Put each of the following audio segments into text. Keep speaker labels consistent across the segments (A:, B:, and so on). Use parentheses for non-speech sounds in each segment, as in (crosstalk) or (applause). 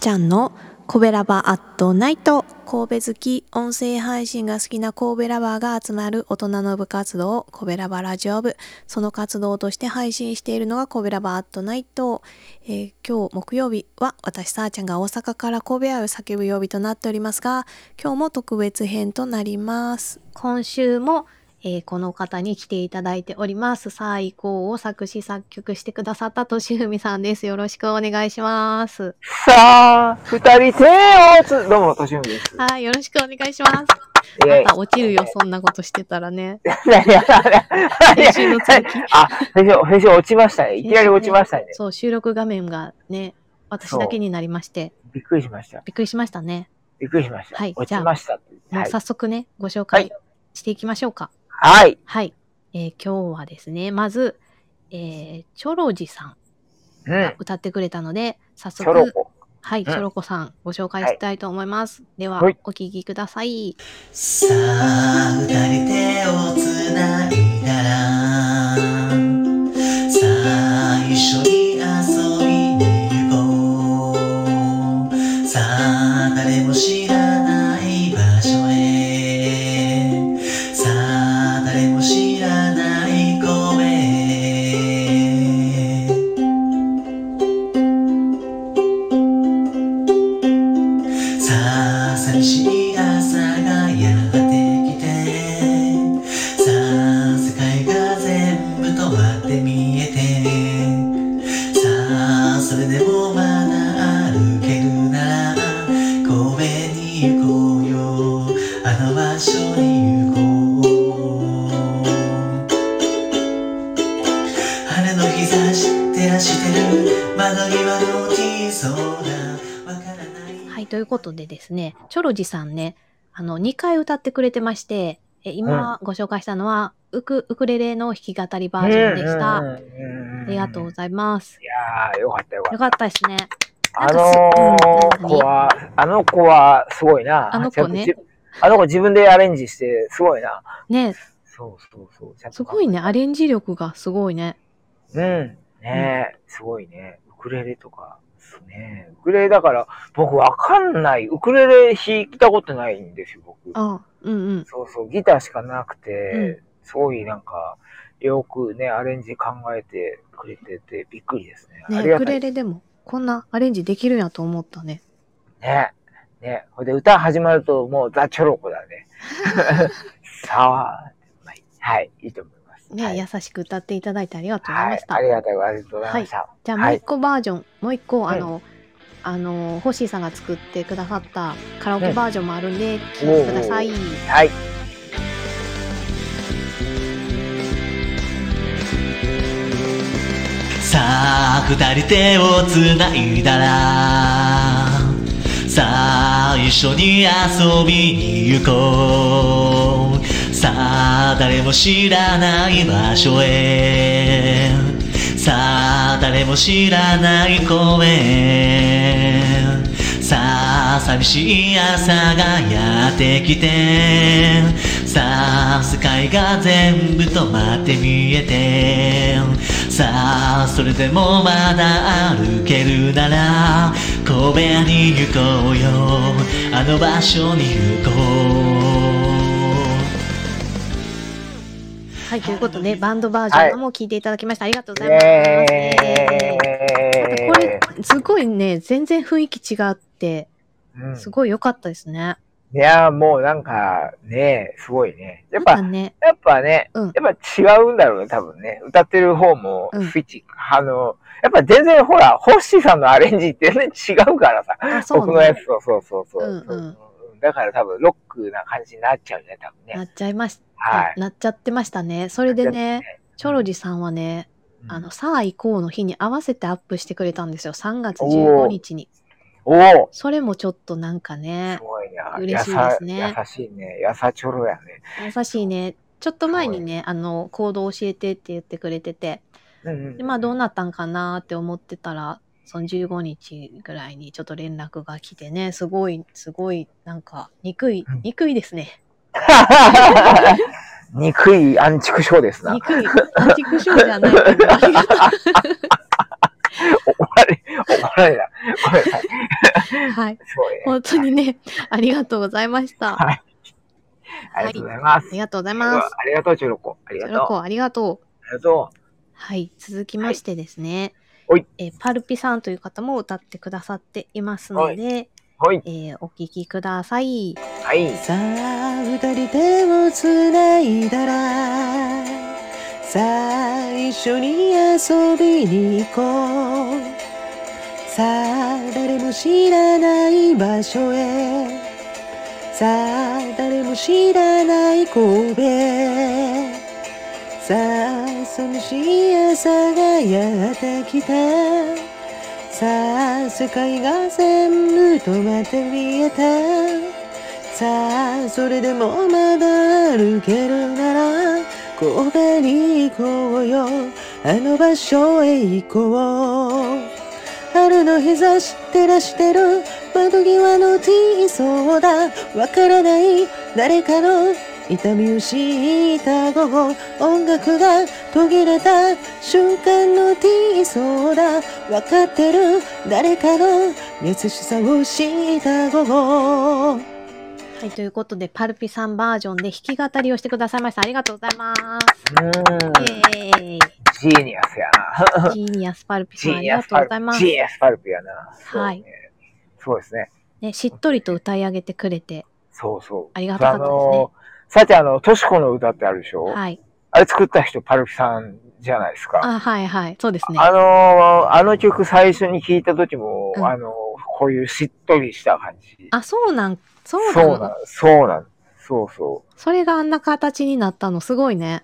A: ちゃんのコベラバアットナイト神戸好き音声配信が好きな神戸ラバーが集まる大人の部活動を神戸ラバラジオ部その活動として配信しているのが神戸ラバアットナイト、えー今日木曜日は私さーちゃんが大阪から神戸愛を叫ぶ曜日となっておりますが今日も特別編となります今週も、えーこの方に来ていただいております最高を作詞作曲してくださったとしふみさんですよろしくお願いします
B: さあ、二人手をつ、どうも、としみです。
A: はい、よろしくお願いします。
B: イェイ
A: また落ちるよ、そんなことしてたらね。
B: いやいやいやいや
A: 練習の続き。
B: あ、先週、先週落ちましたね。いきなり落ちましたね。
A: そう、収録画面がね、私だけになりまして、
B: びっくりしました。
A: びっくりしましたね。
B: びっくりしました。
A: はい
B: 落ちましたって。
A: もう
B: はい
A: 早速ね、ご紹
B: は
A: 介
B: い
A: していきましょうか。
B: はい。
A: はい。えー今日はですね、まず、えーチョロジさん
B: うん。
A: 歌ってくれたので、早
B: チョロ
A: 速、
B: コ。
A: はい、
B: ん
A: チョロコさんご紹介したいと思います。では、
B: はい
A: お聴きください。
C: さあ二人手をつないだらさあ一緒に遊びに行こうさあ誰も知らない場所へさあ誰も知らない公園へさあ寂しい朝がやってきてさあ世界が全部止まって見えてさあそれでもまだ歩けるなら公園に行こうよあの場所に行こう晴れの日差し照らしてる窓際の小さなわからない
A: はい、ということでですね、チョロジさんね、あの、2回歌ってくれてまして、え今ご紹介したのは、ウク、ウクレレの弾き語りバージョンでした。あ
B: あ
A: りがとうご
B: い
A: ざいます。
B: やー、よかったよか
A: よ
B: っ
A: かったですね。
B: た。
A: なん
B: あ
A: か
B: の
A: すうん
B: ー子は、あの子は、すごいな。
A: あの子ね
B: ちゃんとじ。あの子自分でアレンジして、すごいな。
A: ね、
B: そうそうそう。ちゃんと
A: すごいね。アレンジ力がすごいね。
B: うん。ねえ、すごいね。ウクレレとか、ですね。ウクレレだから、僕わかんない。ウクレレ弾いたことないんですよ、僕。
A: あうんうん。
B: そうそう、ギターしかなくて
A: う、
B: すごいなんか、よくね、アレンジ考えてくれてて、びっくりですね。あ
A: ね、
B: り
A: ウ
B: が
A: ク
B: た
A: レ
B: い。
A: レでも、こんなアレンジできるんやと思ったね。
B: ね。ね。ほいで、歌始まると、もうザ・チョロコだ
A: (laughs)
B: ね。さあ、はいはい、いいと思います。
A: ね、
B: はい、
A: 優しく歌っていただいてありがとうござい
B: は
A: ま
B: い
A: し、た。
B: ありがたい、ありがとうございました。
A: じゃあも
B: は
A: う
B: い
A: 一個バージョン、もう一個
B: はい
A: あの、あの星井さんが作ってくださったカラオケ
B: うん
A: バージョンもあるんで聴いてください。
B: おーはい。
C: さあ二人手をつないだらさあ一緒に遊びに行こうさあ誰も知らない場所へさあ誰も知らない公園さあ寂しい朝がやってきてさあ世界が全部止まって見えてさあそれでもまだ歩けるなら小部屋に行こうよあの場所に行こう
A: はい、ということでバンドバージョンも聴いていただきました。ありがとうございます。えー
B: え
A: これすごいね、全然雰囲気違って、
B: うん
A: すごい良かったですね。
B: いやーもうなんかね、すごいね。やっ
A: な
B: ぱ
A: ん、かね、
B: やっぱね、
A: うん
B: やっぱ違うんだろうね、多分ね。歌ってる方も
A: うん、
B: スイッチ、あの、やっぱ全然ほら、ホッシーさんのアレンジって全然違うからさ。
A: あ、そう
B: 僕のや
A: ね
B: つ、そうそうそうそう。
A: うんうん
B: だから多分ロックな感じになっちゃうね、多分
A: な
B: ね。
A: っちゃいまし
B: は
A: た
B: い。。
A: なっちゃってましたね。それでね、チョロジさんはね、
B: うん、
A: あの、さあ行こうの日に合わせてアップしてくれたんですよ。3月15日に。
B: おお
A: それもちょっとなんかね
B: す、ごいな。
A: 嬉しいですね
B: やさ優しいね。やさちょろやね。
A: 優しいね。ちょっと前にね、あの、行動教えてって言ってくれてて、
B: うんうん
A: でまあどうなったんかなって思ってたら、その15日ぐらいにちょっと連絡が来てね、すごい、すごい、なんか、憎い
B: うん、
A: 憎いですね。
B: (laughs) 憎い安畜症ですな。
A: 憎い、アンチクショーじゃないけど、ありがとう
B: お笑い、お笑いだ。ごめんなさい。
A: はい。
B: すごいね。
A: 本当にね、ありがとうございました。
B: はいありがとうございます
A: あ。りがとうござい
B: あ
A: ます。
B: りがとう、チョロコ。あり
A: チ
B: がと
A: ョ
B: う。
A: ロ
B: あ
A: コ、ありがとう。
B: りがとう。
A: はい。続きましてですね。
B: はい
A: えーパルピさんという方も歌ってくださっていますので、
B: はい。
A: えーお聴きください。
B: はい。
C: さあ二人手をつないだらさあ一緒に遊びに行こうさあ誰も知らない場所へさあ誰も知らない神戸さあ寂しい朝がやってきたさあ世界が全部止まって見えたさあそれでもまだ歩けるなら神戸に行こうよあの場所へ行こう春の日差し照らしてる窓際の T ソーダわからない誰かの痛みを知った午後音楽が途切れた瞬間の T ソーダわかってる誰かの優しさを知った午後
A: はい、ということで、パルピさんバージョンで弾き語りをしてくださいました。ありがとうございま
B: うー
A: す。
B: ん。
A: イエ
B: (laughs)
A: ーイ。
B: ジーニアスやな。
A: ジーニアスパルピさ
B: ジ
A: ん、
B: ー
A: あり
B: ニ
A: が
B: アス
A: とう
B: パ
A: ござい
B: ル
A: ま
B: プ。
A: す
B: ジ。ーニアスパルプやな。そうね
A: はい。
B: そうですね。
A: ね、しっとりと歌い上げてくれて、
B: そうそう。
A: ありがたかったですね
B: のー、さてあの、トシコの歌ってあるでしょ
A: はい。
B: あれ作った人、パルプさんじゃないですか。
A: あ、はいはい。そうですね。
B: あのー、あの曲最初に聴いた時も、
A: うん
B: あのー、こういうしっとりした感じ。
A: あ、そうなん、そうな
B: そう
A: の
B: なん、そうなん、そうそう。
A: それがあんな形になったの、すごいね。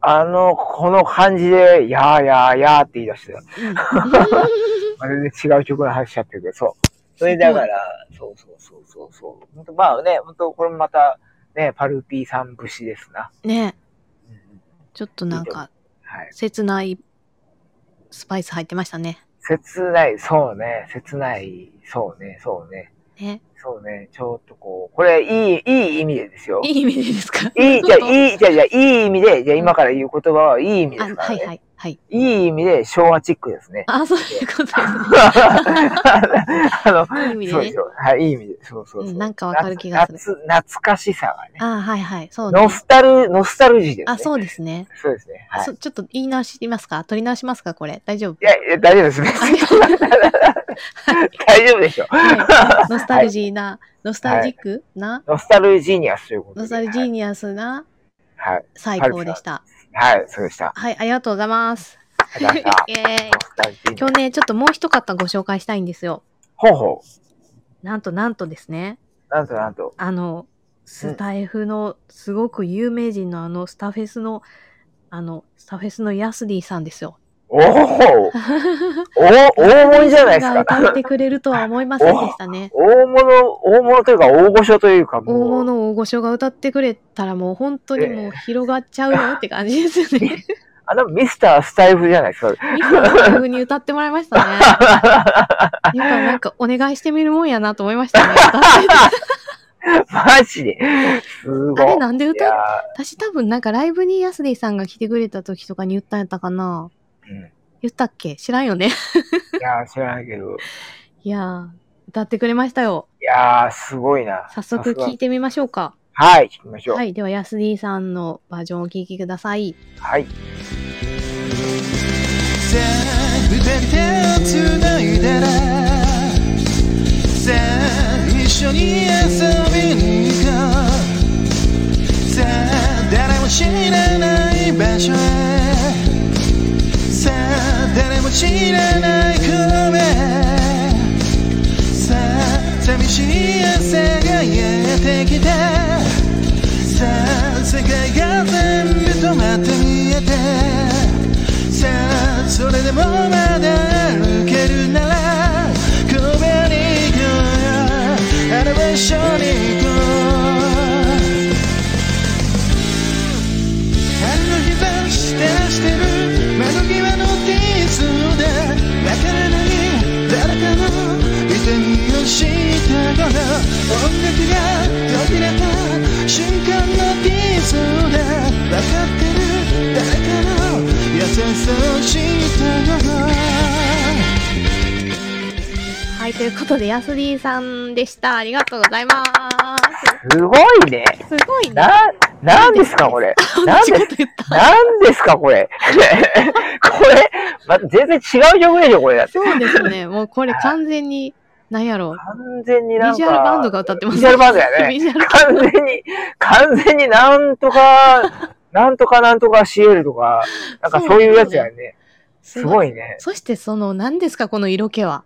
B: あの、この感じで、やーやーやーって言い出してた。
A: (laughs)
B: まるで違う曲の話しちゃってるけど、そう。それだから、そうそうそうそうそう。ほんとまあね、本当これもまた、ね、パルピーさん節ですな。
A: ね、
B: うんうん
A: ちょっとなんか、
B: はい。
A: 切ないスパイス入ってましたね。
B: 切ない、そうね、切ない、そうね、そうね。
A: ね。
B: そうね、ちょっとこう、これ、いい、いい意味でですよ。
A: いい意味でですか
B: いい、じゃあ
A: い。
B: いい、じゃあじゃあいい意味で、じゃあ今から言う言葉はいい意味で
A: あ、
B: すから、
A: は
B: ね
A: いはい。はい。。
B: いい意味で昭和チックですね
A: あ、そういうことですね。
B: あの、
A: いい意味で
B: (laughs) そうで
A: ね
B: し。ょ。はい、いい意味で。そうそうそう。
A: うんなんかわかる気がする
B: 夏。夏懐かしさがね。
A: あ、はいはい。そうね
B: ノ。スタル、ノスタルジーですね。
A: あ、そうですね。
B: そうですね。はい。
A: そちょっと言い直しますか取り直しますかこれ。大丈
B: (laughs)
A: 夫
B: いや、いや大丈夫です。別に (laughs) 大丈夫でしょ。
A: はいノスタルジーな、ノスタルジックな、
B: ノスタルジーニアスということで。
A: ノスタルジーニアスな
B: はい。
A: 最高でした。
B: はい、はいそうでした。
A: はい、ありがとうございます。
B: ありがとうございまし
A: (laughs) イエー
B: た
A: イ
B: ノスタルジーニア
A: 今
B: ス
A: 日ね、ちょっともう一方ご紹介したいんですよ。
B: ほうほ
A: なんとなんとですね、
B: う。なんとなんと。
A: あの、スタイフのすごく有名人のあの、スタフェスの、あの、スタフェスのヤスディさんですよ。(laughs)
B: おおお大物じゃないです
A: が
B: か。
A: 歌ってくれるとは思いませんでした
B: (laughs)
A: ね。
B: 大物、大物というか、大御所というか、
A: 大
B: もう。
A: 物大御所が歌ってくれたらもう本当にもう広がっちゃうよって感じですよね。
B: あの、ミスタースタイフじゃないですか。
A: ミスのタイフに歌ってもらいました
B: (laughs)
A: ね。やっぱなんかお願いしてみるもんやなと思いました
B: (laughs)
A: ね。歌って
B: マジで。すごい。
A: あれなんで
B: い
A: 歌
B: や
A: っ私多分なんかライブにヤスディさんが来てくれた時とかに言ったんやったかな
B: ー、うん
A: 言ったっけ知らんよね。
B: (laughs) いやー、知らないけど。
A: いやー、歌ってくれましたよ。
B: いやー、すごいな。
A: 早速聞い
B: い
A: てみましょうか。
B: はい、聞きましょう。
A: は
B: はい。
A: い、ではヤスディさんのバージョンをお聴きください。
C: さあ二人手をつないだらさあ一緒に遊びに行こうさあ誰も知らない場所へさあ誰も知らない神戸さあ寂しい朝がやってきたさあ世界が全部止まって見えてさあそれでもまだ歩けるなら神戸に行こうよあの場所に行こう春の日差し照らしてる窓際のティースでわからない誰かの痛みを知った頃音楽が途切れた瞬間のティースでわかってる誰かの優しさを知った頃
A: はい、
D: はい、ということで、やすりーさんでした。ありがとうございます
B: ごいね。
D: す。すごいね。
B: な、なんですか、これ。なん
D: 同じこ
B: で
D: と言った。
B: なんですか、これ。 (laughs) これ、ま、全然違う曲でしょ、これだって。
D: そうです (laughs) ね。もうこれ完全に、なんやろう。
B: 完全に
D: ビ
B: なんか。
D: ジュアルバンドが歌ってます。
B: ビジュアルバンドやね。
D: ビジュアルバン
B: 完全に、完全になんとか、なんとかなんとか CL とか、なんかそういうやつやね。 (laughs) すご
D: い。
B: いね。
D: そして、その、何ですか、この色気は。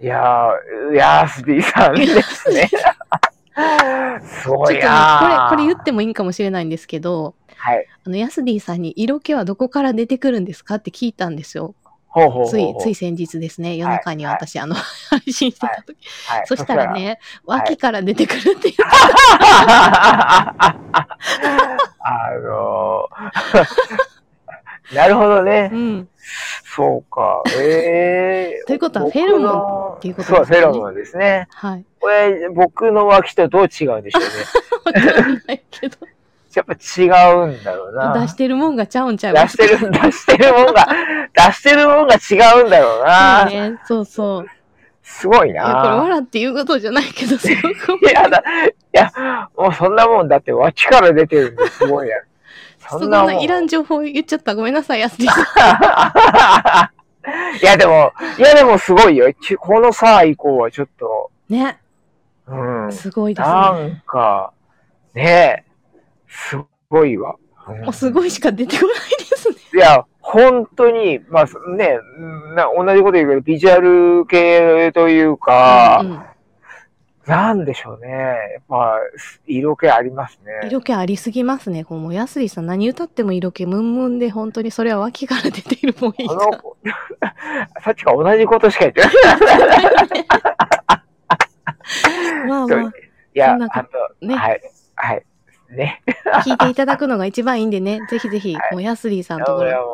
B: いやー、ヤースディさんですね。す
D: ちょっ
B: ご
D: と
B: い
D: ね、これ、
B: なー
D: これ言ってもいいかもしれないんですけど、
B: はい。
D: あの、ヤスディさんに色気はどこから出てくるんですかって聞いたんですよ。
B: ほうほうほうほう。
D: つい、つい先日ですね。夜中に私、あの、 (laughs) 配信してた時。
B: はい
D: そしたら。ね、脇から出てくるっていう。
B: そしたら (laughs) あのー、 (laughs) なるほどね
D: う。ん。
B: そうか。ええ
D: (laughs) ということは
B: 僕
D: フェロモン
B: の
D: っていうこと
B: そう、
D: です
B: フ
D: ね
B: ェロモンですね。
D: はい。 (laughs)
B: これ、僕の脇とどう違うんでしょうね。 (laughs)
D: わかんないけど、
B: やっぱ違うんだろうな。
D: 出してるもんがちゃうんちゃ (laughs) い
B: 出
D: ます
B: してる、出してるもんが、出してるもんが違うんだろう
D: そう
B: な。
D: ね。そうそう。い
B: すごい
D: や、これ
B: な。
D: 笑って言うことじゃないけ (laughs) ど、すごく
B: いや、だ、いや、もうそんなもんだって脇から出てるんですごいやん。
D: (laughs) そ
B: そん
D: ん
B: なも。
D: なんいらん情報言っちゃった。ごめんなさい、やすりさん。
B: いや、でも、いや、でもすごいよ。ちこのさ、以降はちょっと、
D: ね。
B: うん。
D: すごいです
B: な
D: ね。
B: んか、ねえ、すごいわ。うん
D: もうすごいしか出てこないですね。
B: いや、本当に、まあそね、うんな同じこと言うけど、ビジュアル系というか、
D: うん
B: なんでしょうね。やっぱ、す色気ありますね。
D: 色気ありすぎますね。こうもうやすりさん何歌っても色気ムンムンで、本当にそれは脇から出ているもんいい
B: こ
D: か
B: の、 (laughs) さっきから同じことしか言ってない。
D: ら。まあまあ、
B: いや、
D: そんなこ
B: あと、
D: ね、
B: はい、はい、ね。
D: 聞いていただくのが一番いいんで (laughs) ね、ぜひぜひ、もうやすりさんのとこ
B: いや、
D: ろ、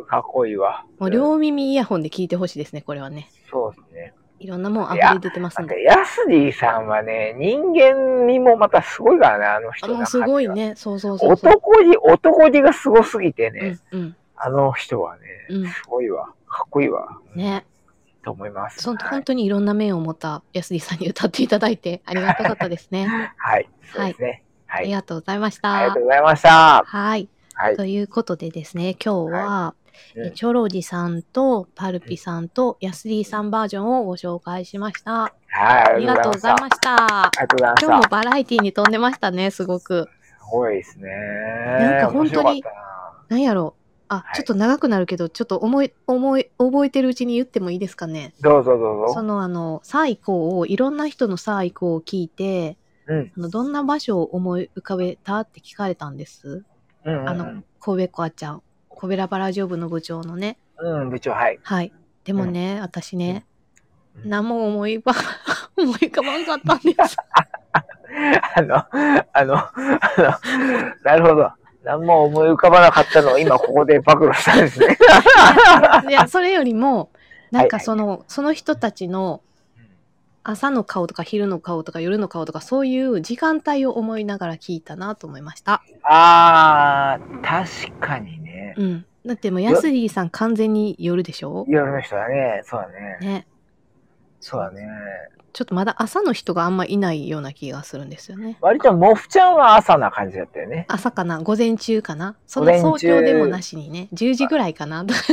B: もう、かっこいいわ。
D: もう両耳イヤホンで聞いてほしいですね、これはね。
B: そうですね。
D: いろんなもん溢れ出てます
B: なんんか
D: で。
B: ヤスディさんはね、人間にもまたすごいからね、あの人
D: あ
B: の
D: の、
B: 中
D: す
B: 身は
D: ごい。ね。そうそうそうそう。
B: 男気、男気がすごすぎてね、
D: うんうん
B: あの人はね、
D: うん。
B: すごいわ。かっこいいわ。
D: ね。
B: と思います。
D: その
B: はい
D: 本。当にいろんな面を持った安井さんに歌っていただい
B: (laughs)
D: てありがたかったですね。
B: はい。そうですね。は
D: あり
B: い。
D: がとうございまし
B: ありが
D: た
B: とう。ございました。
D: はい。
B: はい。
D: ということでですね、今日は、
B: うん
D: えチョロジさんとパルピさんと安井さんバージョンをご紹介しました。
B: はい。
D: ありがとうございま
B: し
D: した。
B: た。ありがとうございまし
D: 今日も
B: た。
D: バラエティに飛んでましたね、すごく。
B: すごいですね。
D: んか本当に
B: 面白かったな
D: なんやろあ、
B: はい
D: ちょっと長くなるけど、ちょっと思い、思い、覚えてるうちに言ってもいいですかね。
B: どうぞどう
D: そ
B: ぞ。
D: のあの、さあ行こうを、いろんな人のさあ行こうを聞いて、
B: うん
D: あのどんな場所を思い浮かべたって聞かれたんです。
B: うんうん
D: あの、神戸コアちゃん、コベラバラジオ部の部長のね。
B: うん、うん、部長、はい。 (laughs)
D: はい。でもね、私ね、
B: うん
D: 何も思い浮か (laughs) 思い浮かばんかったんです。
B: あの、あの、あの、なるほど。何も思い浮かばなかったのを今ここで暴露したんで
D: (laughs)
B: すね。
D: いや、それよりも、なんか
B: はいはい
D: その、その人たちの朝の顔とか昼の顔とか夜の顔とかそういう時間帯を思いながら聞いたなと思いました。
B: あー、確かにね。
D: うん。だってもうヤスリーさん完全に夜でしょ
B: 夜の人だね。そうだね。
D: ね。
B: そうだね。
D: ちょっとまだ朝の人があんまいないような気がするんですよね。
B: 割とモフちゃんは朝な感じだったよね。
D: 朝かな午前中かなそんな早朝でもなしにね。10時ぐらいかなとか
B: そ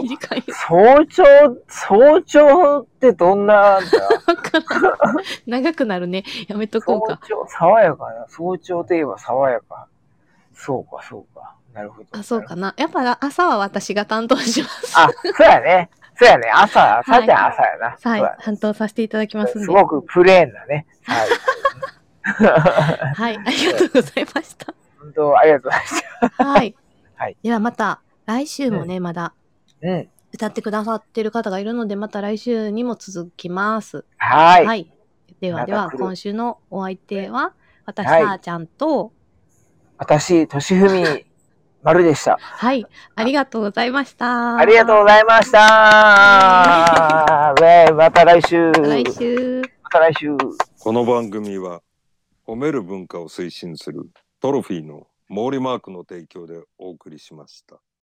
B: う
D: 短い。
B: 早朝、早朝ってどんななんだ
D: わからん長くなるね。やめとこう
B: 早
D: か。
B: 朝、爽やかな。早朝といえば爽やか。そうか、そうか。なるほど。
D: あ、そうかな。やっぱ朝は私が担当します。
B: なるほど。あ、そうやね。そうやね。朝、朝じゃ朝やな。そう
D: はい
B: や。
D: 担当させていただきますん
B: す
D: で。
B: ごくプレーンなね。は
D: はい。
B: い。
D: ありがとうございました。
B: 本当、ありがとうございました。
D: はい。
B: はい
D: ではまた来週もね、まだ
B: うん。
D: 歌ってくださってる方がいるので、また来週にも続きます。
B: は
D: はい。
B: い。
D: ではで
B: ま
D: は、
B: た来る
D: 今週のお相手は、私、
B: はい
D: さあちゃんと、
B: 私、としふみ、まるでした。
D: はい、ありがとうございました。
B: ありがとうございました。 (laughs) ウェイ、また来週。
D: 来週。
B: また来週。
E: この番組は褒める文化を推進するトロフィーの毛利マークの提供でお送りしました。